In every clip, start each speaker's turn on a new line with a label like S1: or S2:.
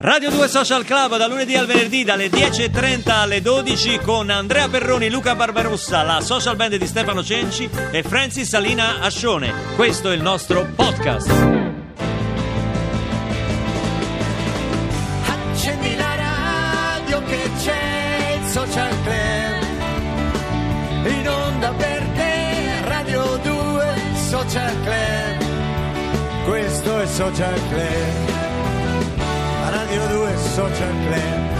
S1: Radio 2 Social Club da lunedì al venerdì dalle 10.30 alle 12 con Andrea Perroni, Luca Barbarossa, la social band di Stefano Cenci e Francis Salina Ascione. Questo è il nostro podcast.
S2: Accendi la radio che c'è il social club. In onda per te, Radio 2, social club. Questo è social club. Radio 2 social club.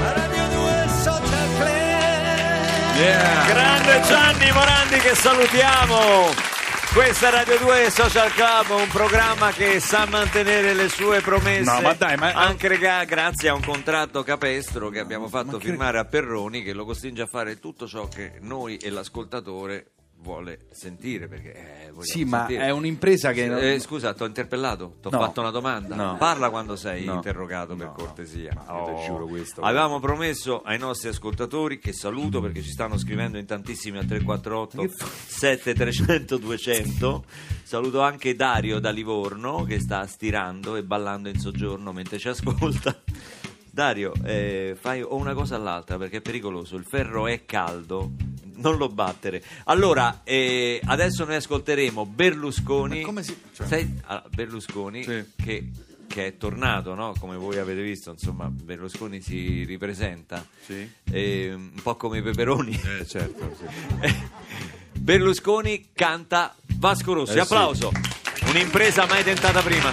S2: Radio 2 social club.
S1: Grande Gianni Morandi che salutiamo. Questa è Radio 2 Social Club, un programma che sa mantenere le sue promesse.
S3: No, ma dai, ma-
S1: Anche rega- grazie a un contratto capestro che abbiamo fatto firmare a Perroni che lo costringe a fare tutto ciò che noi e l'ascoltatore vuole sentire. Perché, eh, vogliamo
S3: Sì, ma
S1: sentire.
S3: è un'impresa che... non-
S1: Eh, scusa, ti ho interpellato, ti ho
S3: No.
S1: fatto una domanda.
S3: No.
S1: Parla quando sei
S3: No.
S1: interrogato, per
S3: No.
S1: cortesia. Oh.
S3: Ma io te giuro questo.
S1: Avevamo promesso ai nostri ascoltatori, che saluto perché ci stanno scrivendo in tantissimi al 348 7300 200. Saluto anche Dario da Livorno che sta stirando e ballando in soggiorno mentre ci ascolta. Dario, eh, fai o una cosa all'altra perché è pericoloso. Il ferro è caldo, non lo battere. Allora, eh, adesso noi ascolteremo Berlusconi.
S3: Ma come si- cioè-
S1: Sai, allora, Berlusconi
S3: Sì.
S1: che, che è tornato, no? come voi avete visto, insomma, Berlusconi si ripresenta.
S3: Sì.
S1: Eh, un po' come i peperoni.
S3: Eh, certo, sì.
S1: Berlusconi canta Vasco Rossi.
S3: Eh, sì.
S1: Applauso. Un'impresa mai tentata prima.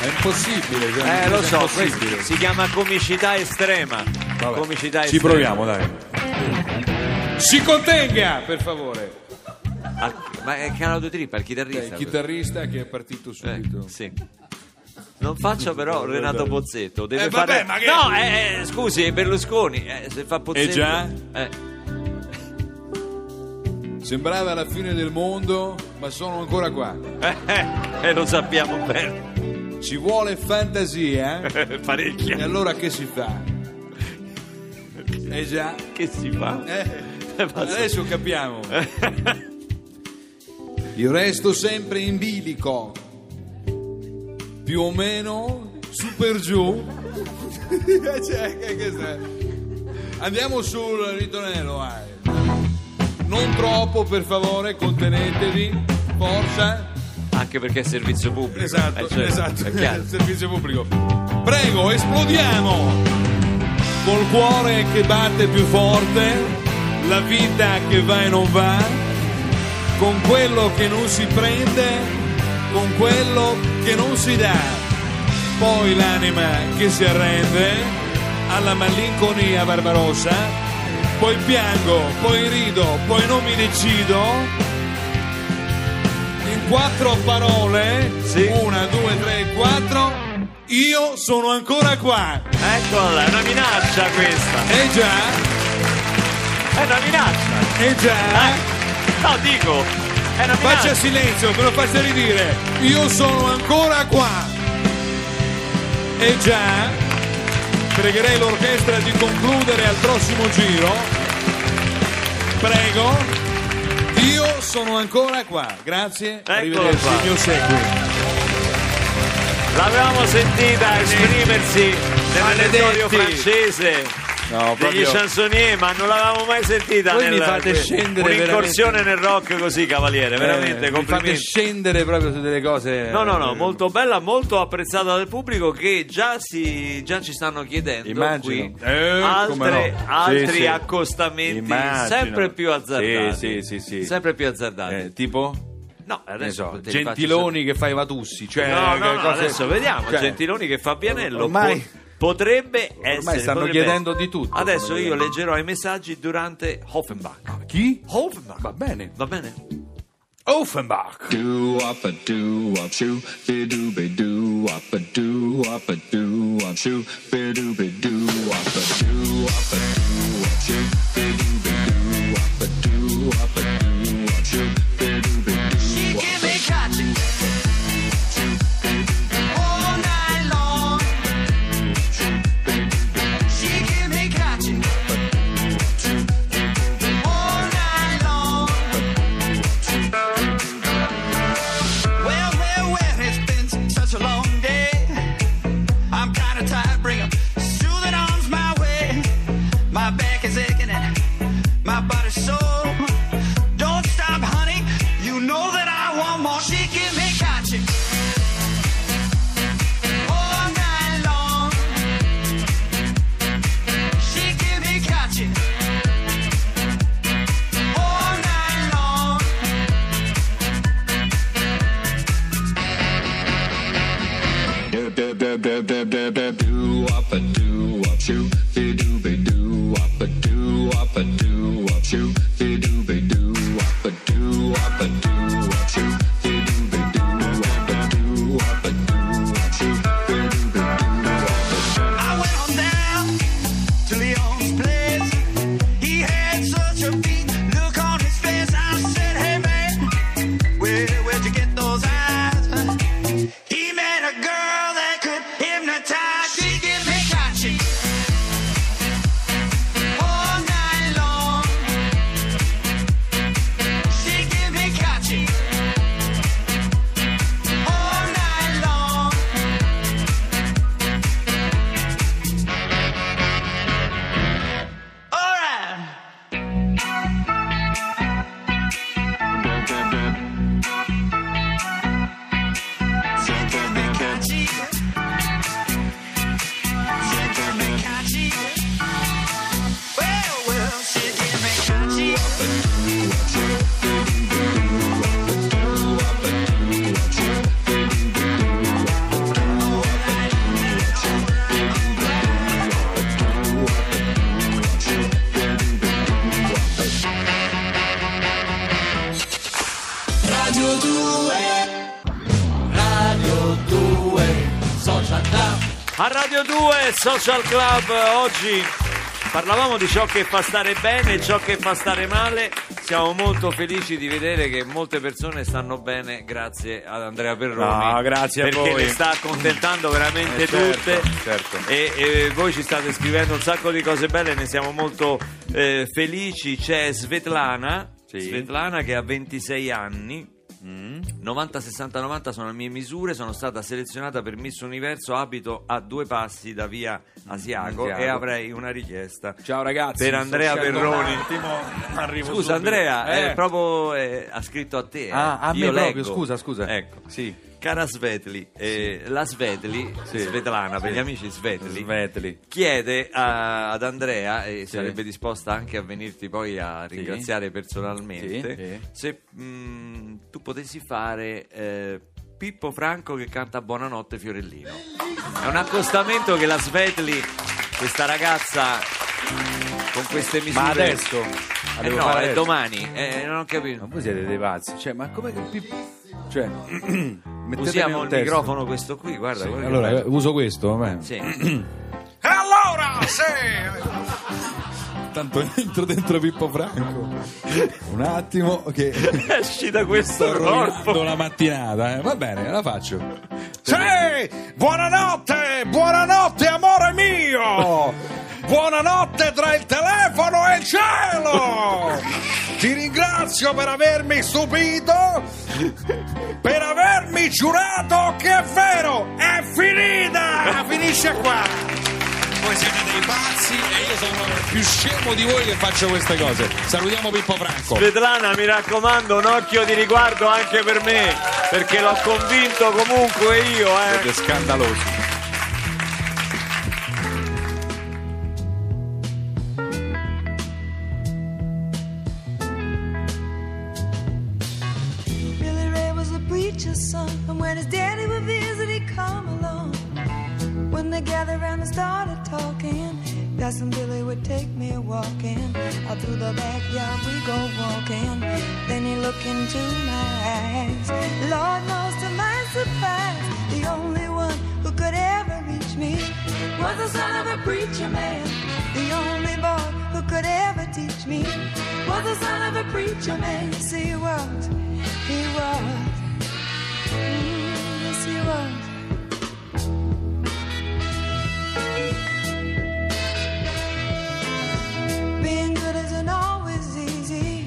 S3: È impossibile. cioè,
S1: Eh,
S3: è
S1: lo so,
S3: impossibile.
S1: questo si chiama comicità estrema.
S3: Vabbè,
S1: Comicità
S3: Ci
S1: estrema.
S3: proviamo, dai. Si contenga, per favore.
S1: Al- ma è Canale Trippa, il
S3: Eh, Il
S1: chitarrista.
S3: chitarrista che è partito
S4: Ecco.
S1: Eh,
S3: subito.
S1: sì. Non faccia però Renato Pozzetto, deve
S3: Eh, vabbè,
S1: fare...
S3: ma che-
S1: No, eh, eh, scusi, è Berlusconi, eh, se fa Pozzetto...
S3: Eh, già?
S1: Eh,
S3: Sembrava la fine del mondo, ma sono ancora qua.
S1: eh, eh, eh, lo sappiamo bene,
S3: Ci vuole fantasia. eh?
S1: parecchia.
S3: E allora che si fa? Eh già.
S1: Che si fa?
S3: Eh,
S1: basta.
S3: adesso capiamo. Io resto sempre in bilico. Più o meno su per giù. Eh, cioè, che- che sta- Andiamo sul ritornello. vai. Non troppo, per favore, contenetevi. Forza.
S1: Anche perché è servizio pubblico.
S3: Esatto,
S1: eh, cioè,
S3: esatto,
S1: È chiaro.
S3: il servizio pubblico. Prego, esplodiamo! Col cuore che batte più forte, la vita che va e non va, con quello che non si prende, con quello che non si dà. Poi l'anima che si arrende alla malinconia Barbarossa, poi piango, poi rido, poi non mi decido, in quattro parole,
S1: Sì.
S3: una, due, tre, quattro, io sono ancora qua.
S1: Eccola, è una minaccia questa.
S3: E già,
S1: È una minaccia.
S3: e già,
S1: Eh, No, dico, è una minaccia.
S3: faccia silenzio, me lo faccia ridire. Io sono ancora qua. E già, pregherei l'orchestra di concludere al prossimo giro. Prego, io sono ancora qua. Grazie,
S1: Eccolo
S3: arrivederci,
S1: qua.
S3: il mio seguito.
S1: L'avevamo sentita esprimersi nel
S3: Maledetti.
S1: territorio francese.
S3: No,
S1: degli
S3: proprio-
S1: chansonnier, ma non l'avevamo mai sentita.
S3: Voi mi
S1: nel-
S3: fate scendere
S1: Un'incursione nel rock così, cavaliere, veramente
S3: Eh, mi fate
S1: complimenti.
S3: scendere proprio su delle cose.
S1: No, no, no, molto bella, molto apprezzata dal pubblico che già, si, già ci stanno chiedendo
S3: Immagino.
S1: qui
S3: Eh, come
S1: altre-
S3: no.
S1: altri
S3: Sì, sì.
S1: accostamenti
S3: Immagino.
S1: sempre più azzardati.
S3: Sì, sì, sì, sì.
S1: Sempre più azzardati.
S3: Eh, tipo?
S1: no,
S3: che ne
S1: adesso
S3: so,
S1: te li Esatto, faccio
S3: Esatto. Gentiloni che fa i Vatussi. Cioè,
S1: sapere. No, no, no,
S3: che cose-
S1: adesso vediamo.
S3: cioè,
S1: Gentiloni che fa Bianello.
S3: ormai-
S1: po- potrebbe essere.
S3: stanno
S1: potrebbe
S3: chiedendo
S1: essere.
S3: di tutto,
S1: Adesso
S3: come
S1: io
S3: dire.
S1: leggerò i messaggi durante Offenbach.
S3: Chi?
S1: Offenbach.
S3: Va bene.
S1: Va bene?
S3: Offenbach.
S5: Do up a do up shoo be do be do up a do up a do up shoo be do be do up a do up a do up shoo be do be do up a do up a do up shoo be do be do
S2: Give
S5: up
S2: me cotton all night long. She give me cotton all night long. Well, well, well, it's been such a long day. I'm kinda
S4: A Radio 2 Social Club eh, oggi parlavamo di ciò che fa stare bene e ciò che fa stare male. Siamo molto felici di vedere che molte persone stanno bene grazie ad Andrea Perroni.
S1: No, grazie a
S4: perché
S1: voi.
S4: le sta accontentando veramente
S1: Eh, certo,
S4: tutte.
S1: certo.
S4: E, e voi ci state scrivendo un sacco di cose belle, ne siamo molto eh, felici. C'è Svetlana,
S1: Sì. Mm.
S4: Svetlana che ha 26 anni. 90, 60, 90 sono le mie misure, sono stata selezionata per Miss Universo, abito a due passi da via Asiago
S1: Asiago.
S4: e avrei una richiesta.
S1: Ciao ragazzi.
S4: Per Andrea
S1: Sto sciando
S4: Perroni.
S1: un attimo, arrivo subito.
S4: Scusa Andrea,
S1: Eh.
S4: è proprio, eh, ha scritto a te. eh.
S1: Ah, a
S4: Io
S1: me
S4: leggo.
S1: proprio, scusa, scusa.
S4: Ecco.
S1: Sì.
S4: Cara Svetli, eh, la Svetli, Svetlana, per gli amici Svetli,
S1: Svetli.
S4: chiede a- ad Andrea, e sarebbe disposta anche a venirti poi a ringraziare personalmente,
S1: Sì, sì.
S4: se mm, tu potessi fare eh, Pippo Franco che canta Buonanotte Fiorellino. È un accostamento che la Svetli, questa ragazza con queste misure...
S1: Ma adesso?
S4: Eh
S1: Devo
S4: no,
S1: fare
S4: è
S1: adesso?
S4: domani, eh, non ho
S1: Ma
S4: capito.
S1: voi siete dei pazzi. Cioè, ma come che... pi- Cioè, mettetemi
S4: Usiamo
S1: un
S4: il
S1: testo.
S4: microfono questo qui, guarda. guarda che
S6: Allora,
S4: bello.
S6: eh, uso questo? Beh.
S4: Sì.
S3: Allora, sì!
S6: Tanto entro dentro Pippo Franco. Un attimo, che
S4: Esci da questo
S6: sto
S4: corpo.
S6: rovinando la mattinata. eh. Va bene, la faccio.
S3: Sì! Buonanotte! Buonanotte, amore mio! Buonanotte tra il telefono e il cielo! Ti ringrazio per avermi stupito, per avermi giurato che è vero! È finita! Finisce qua!
S6: Voi siete dei pazzi e io sono più scemo di voi che faccio queste cose. Salutiamo Pippo Franco.
S4: Svetlana, mi raccomando, un occhio di riguardo anche per me, perché l'ho convinto comunque io, eh.
S6: Siete scandalosi.
S7: Billy Ray was a preacher's son, and when his daddy would visit, he'd come along. When they gathered round and started talking, that's when Billy would take me walking. Out through the backyard we go walking. Then he looked into my eyes. Lord knows to my surprise, the only one who could ever reach me was the son of a preacher man. The only boy who could ever teach me was the son of a preacher man. Yes, he was. He was. Mm, yes, he was. Being good isn't always easy,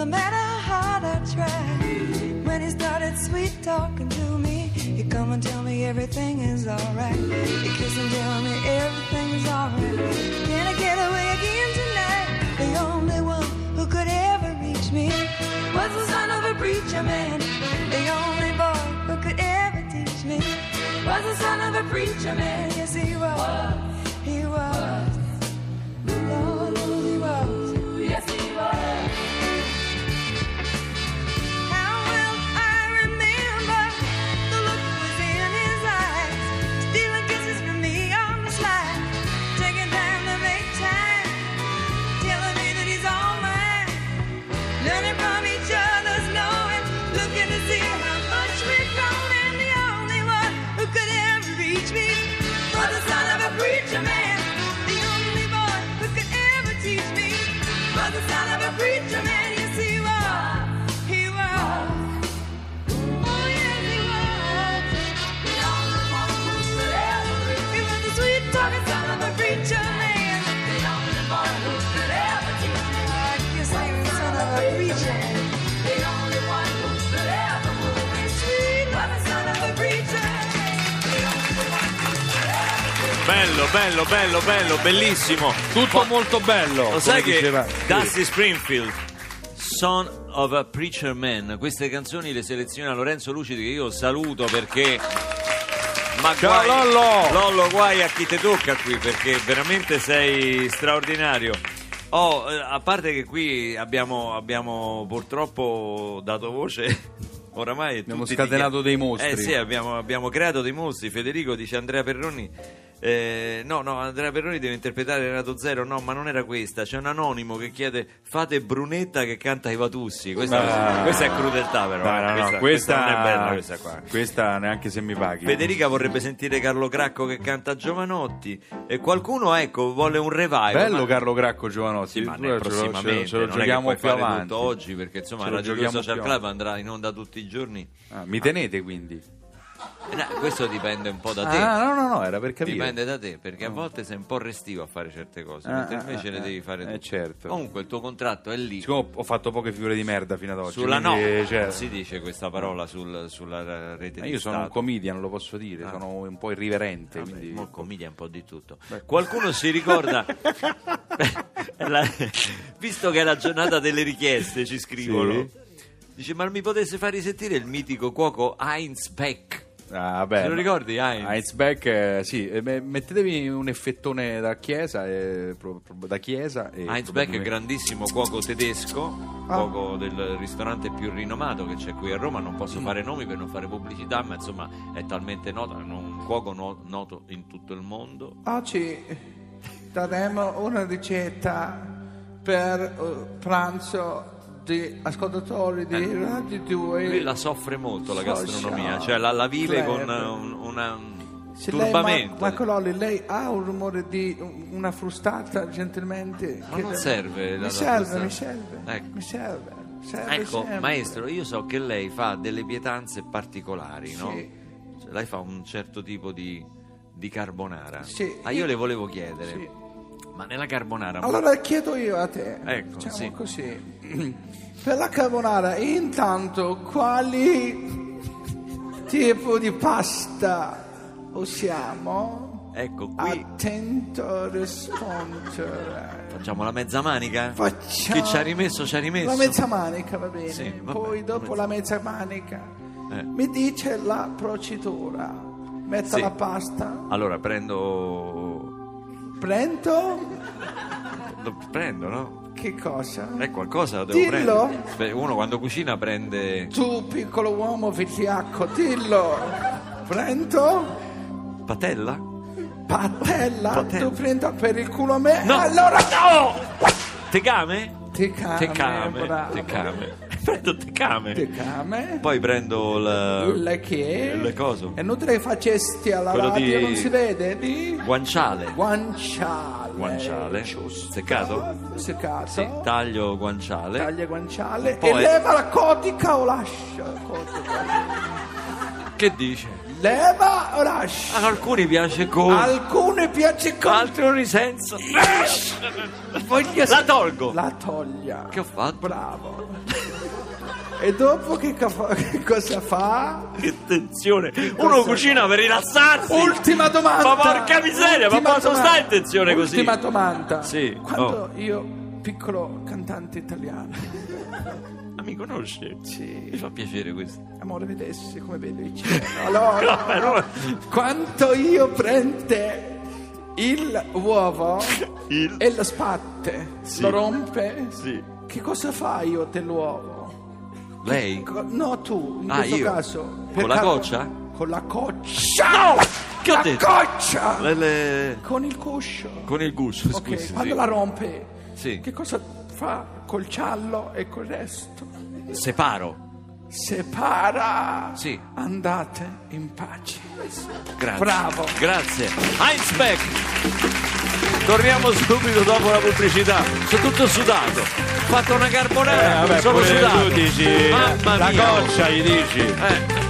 S7: no matter how hard I try. When he started sweet talking to me, he come and tell me everything is alright. He kiss and tell me everything is alright. Can I get away again tonight? The only one who could ever reach me was the son of a preacher man. The only boy who could ever teach me was the son of a preacher man. Yes, he was. He was. Lord, who he was. Yes, he was. How well I remember the look that was in his eyes, stealing kisses from me on the slide, taking time to make time, telling me that he's all mine, learning from each other's knowing, looking to see how much we've grown, and the only one who could ever reach me was the son of a preacher man, the only boy who could ever teach me was the son of a preacher man. Yes, he was. He was. Oh, yes, he was. The only one who could ever reach me was the sweet talking son of a preacher man. The only boy who could ever teach me. I guess he was son of a preacher man. The only one who could ever move me. Sweet talking son of a preacher man. The only one who could ever teach me.
S4: Bello, bello, bello, bello, bellissimo.
S1: Tutto molto bello.
S4: Lo sai
S1: come diceva-
S4: che Dusty Springfield, Son of a Preacher Man, queste canzoni le seleziona Lorenzo Lucidi che io saluto perché... Ma
S1: Ciao,
S4: guai,
S1: Lollo!
S4: Lollo, guai a chi te tocca qui perché veramente sei straordinario. Oh, eh, a parte che qui abbiamo, abbiamo purtroppo dato voce... Oramai
S1: Abbiamo
S4: tutti
S1: scatenato
S4: dichiar-
S1: dei mostri.
S4: Eh sì, abbiamo, abbiamo creato dei mostri. Federico dice Andrea Perroni Eh, no, no, Andrea Perroni deve interpretare Renato Zero. No, ma non era questa. C'è un anonimo che chiede: fate Brunetta che canta i Vatussi. Questa,
S8: Ah.
S4: questa è crudeltà, però.
S8: No, no,
S4: eh.
S8: no, questa,
S4: questa, questa non è bella, questa qua.
S8: questa neanche se mi paghi.
S4: Federica vorrebbe sentire Carlo Cracco che canta Giovanotti. E qualcuno, ecco, vuole un revival.
S8: Bello
S4: ma-
S8: Carlo Gracco Giovanotti,
S4: Sì, ma
S8: tu
S4: ne
S8: ce lo- ce lo-
S4: prossimamente,
S8: ce lo
S4: non è che
S8: giochiamo
S4: puoi
S8: più
S4: fare
S8: avanti.
S4: tutto oggi perché insomma
S8: Ce lo
S4: Radio 2
S8: giochiamo
S4: Social
S8: più
S4: Club andrà in onda tutti i giorni.
S8: Ah, mi tenete quindi?
S4: Eh, no, questo dipende un po' da te.
S8: Ah, no, no, no, era per capire.
S4: Dipende da te, perché a volte sei un po' restivo a fare certe cose,
S8: Ah,
S4: mentre
S8: ah,
S4: invece
S8: ah,
S4: le
S8: ah.
S4: devi fare tu.
S8: Eh, certo.
S4: Comunque il tuo contratto è lì.
S8: Siccome ho- ho fatto poche figure di merda fino ad oggi.
S4: Sulla no,
S8: quindi, cioè,
S4: non si dice questa parola sul- sulla rete
S8: ma
S4: di
S8: io sono un
S4: Stato. Ah.
S8: comedian, lo posso dire, sono un po' irriverente.
S4: Vabbè,
S8: quindi-
S4: mo' commedia un po' di tutto. Qualcuno si ricorda, La- visto che è la giornata delle richieste, ci scrivono. Dice, ma mi potesse far risentire il mitico cuoco Heinz Beck?
S8: Ah, vabbè,
S4: Te lo
S8: ma-
S4: ricordi, Heinz?
S8: Heinz Beck, eh, sì, eh, me- mettetevi un effettone da chiesa, eh, pro- pro- da chiesa e
S4: Heinz Beck è
S8: probabilmente-
S4: grandissimo cuoco tedesco,
S2: Ah.
S4: cuoco del ristorante più rinomato che c'è qui a Roma. Non
S2: Mm.
S4: posso fare nomi per non fare pubblicità, ma insomma è talmente noto, è un cuoco no- noto in tutto il mondo.
S2: Oggi daremo una ricetta per eh, pranzo di ascoltatori di Radio 2.
S4: Eh, Lui la soffre molto la
S2: Social
S4: gastronomia, cioè la, la vive
S2: club.
S4: con eh, un, una- un
S2: Se lei,
S4: turbamento.
S2: Mar- Marco Lolli, lei ha un rumore di una frustata gentilmente? Eh,
S4: Ma non serve la-
S2: Mi
S4: la
S2: serve,
S4: frustata.
S2: mi serve,
S4: Ecco.
S2: mi serve. serve
S4: ecco,
S2: sempre.
S4: maestro, io so che lei fa delle pietanze particolari, no?
S2: Sì.
S4: Cioè, lei fa un certo tipo di, di carbonara.
S2: Sì.
S4: Ah, io le volevo chiedere,
S2: Sì.
S4: ma nella carbonara...
S2: Allora chiedo io a te,
S4: Ecco,
S2: diciamo
S4: sì.
S2: così, per la carbonara intanto quali tipo di pasta usiamo?
S4: Ecco, qui
S2: Attento a rispondere.
S4: facciamo la mezza manica.
S2: Facciamo-
S4: Chi ci ha rimesso, ci ha rimesso.
S2: La mezza manica va bene,
S4: Sì, va
S2: poi
S4: bene,
S2: dopo
S4: la
S2: la mezza manica
S4: Eh.
S2: mi dice la procedura, metto
S4: Sì.
S2: la pasta,
S4: Allora, prendo...
S2: prendo
S4: Prendo, no?
S2: che cosa?
S4: È qualcosa, lo devo
S2: Dillo.
S4: prendere. Beh, Uno quando cucina prende...
S2: Tu piccolo uomo vigliacco, dillo, prendo...
S4: Patella?
S2: Patella,
S4: Patella.
S2: tu prenda per il culo me.
S4: No.
S2: Allora
S4: No! Tecame?
S2: Tecame,
S4: Tecame.
S2: bravo.
S4: Tecame. Ah, Prendo tecame.
S2: te came.
S4: Poi prendo il
S2: Le che?
S4: Le coso.
S2: È inutile che facesti alla
S4: Quello di-
S2: radio, non si vede di
S4: guanciale.
S2: guanciale.
S4: Guanciale.
S2: Eh, Giusto.
S4: Seccato?
S2: Seccato.
S4: Sì, taglio guanciale.
S2: Taglia il guanciale
S4: Poi-
S2: e leva la cotica o lascia la cotica.
S4: Che dice?
S2: Leva o lascia.
S4: Ad alcuni piace con...
S2: Alcune piace con
S4: Altro senza. La tolgo.
S2: la toglia.
S4: Che ho fatto?
S2: Bravo. e dopo che, ca- che cosa fa?
S4: Che tensione. Uno cucina per rilassarsi.
S2: Ultima domanda.
S4: Ma porca miseria, ma
S2: Ultima
S4: posso
S2: domanda.
S4: stare in tensione così?
S2: Ultima domanda.
S4: Sì,
S2: Quando
S4: oh.
S2: io, piccolo cantante italiano,
S4: Ma Ah, mi conosce? Mi
S2: sì,
S4: fa piacere questo.
S2: amore, vedessi come vedo il cielo. Allora, quanto io prende il uovo
S4: Il-
S2: e lo spatte, lo rompe,
S4: Sì.
S2: che cosa fai io dell'uovo?
S4: Lei?
S2: Co- No, tu, in
S4: Ah,
S2: questo
S4: io?
S2: caso.
S4: Con la
S2: car-
S4: coccia?
S2: Con la coccia.
S4: Ciao! Che ho
S2: La
S4: detto?
S2: coccia!
S4: Le- le-
S2: Con il cuscio.
S4: Con il guscio,
S2: Ok,
S4: scusi.
S2: quando
S4: sì.
S2: la rompe,
S4: Sì.
S2: che cosa fa col ciallo e col resto?
S4: Separo.
S2: Separa.
S4: Sì.
S2: Andate in pace.
S4: Grazie.
S2: Bravo.
S4: Grazie. Heinz Beck. Torniamo subito dopo la pubblicità. Sono tutto sudato. Ho fatto una carbonara.
S8: Eh, vabbè,
S4: sono
S8: pure
S4: sudato.
S8: tu dici,
S4: Mamma
S8: la
S4: mia.
S8: coccia gli dici.
S4: Eh,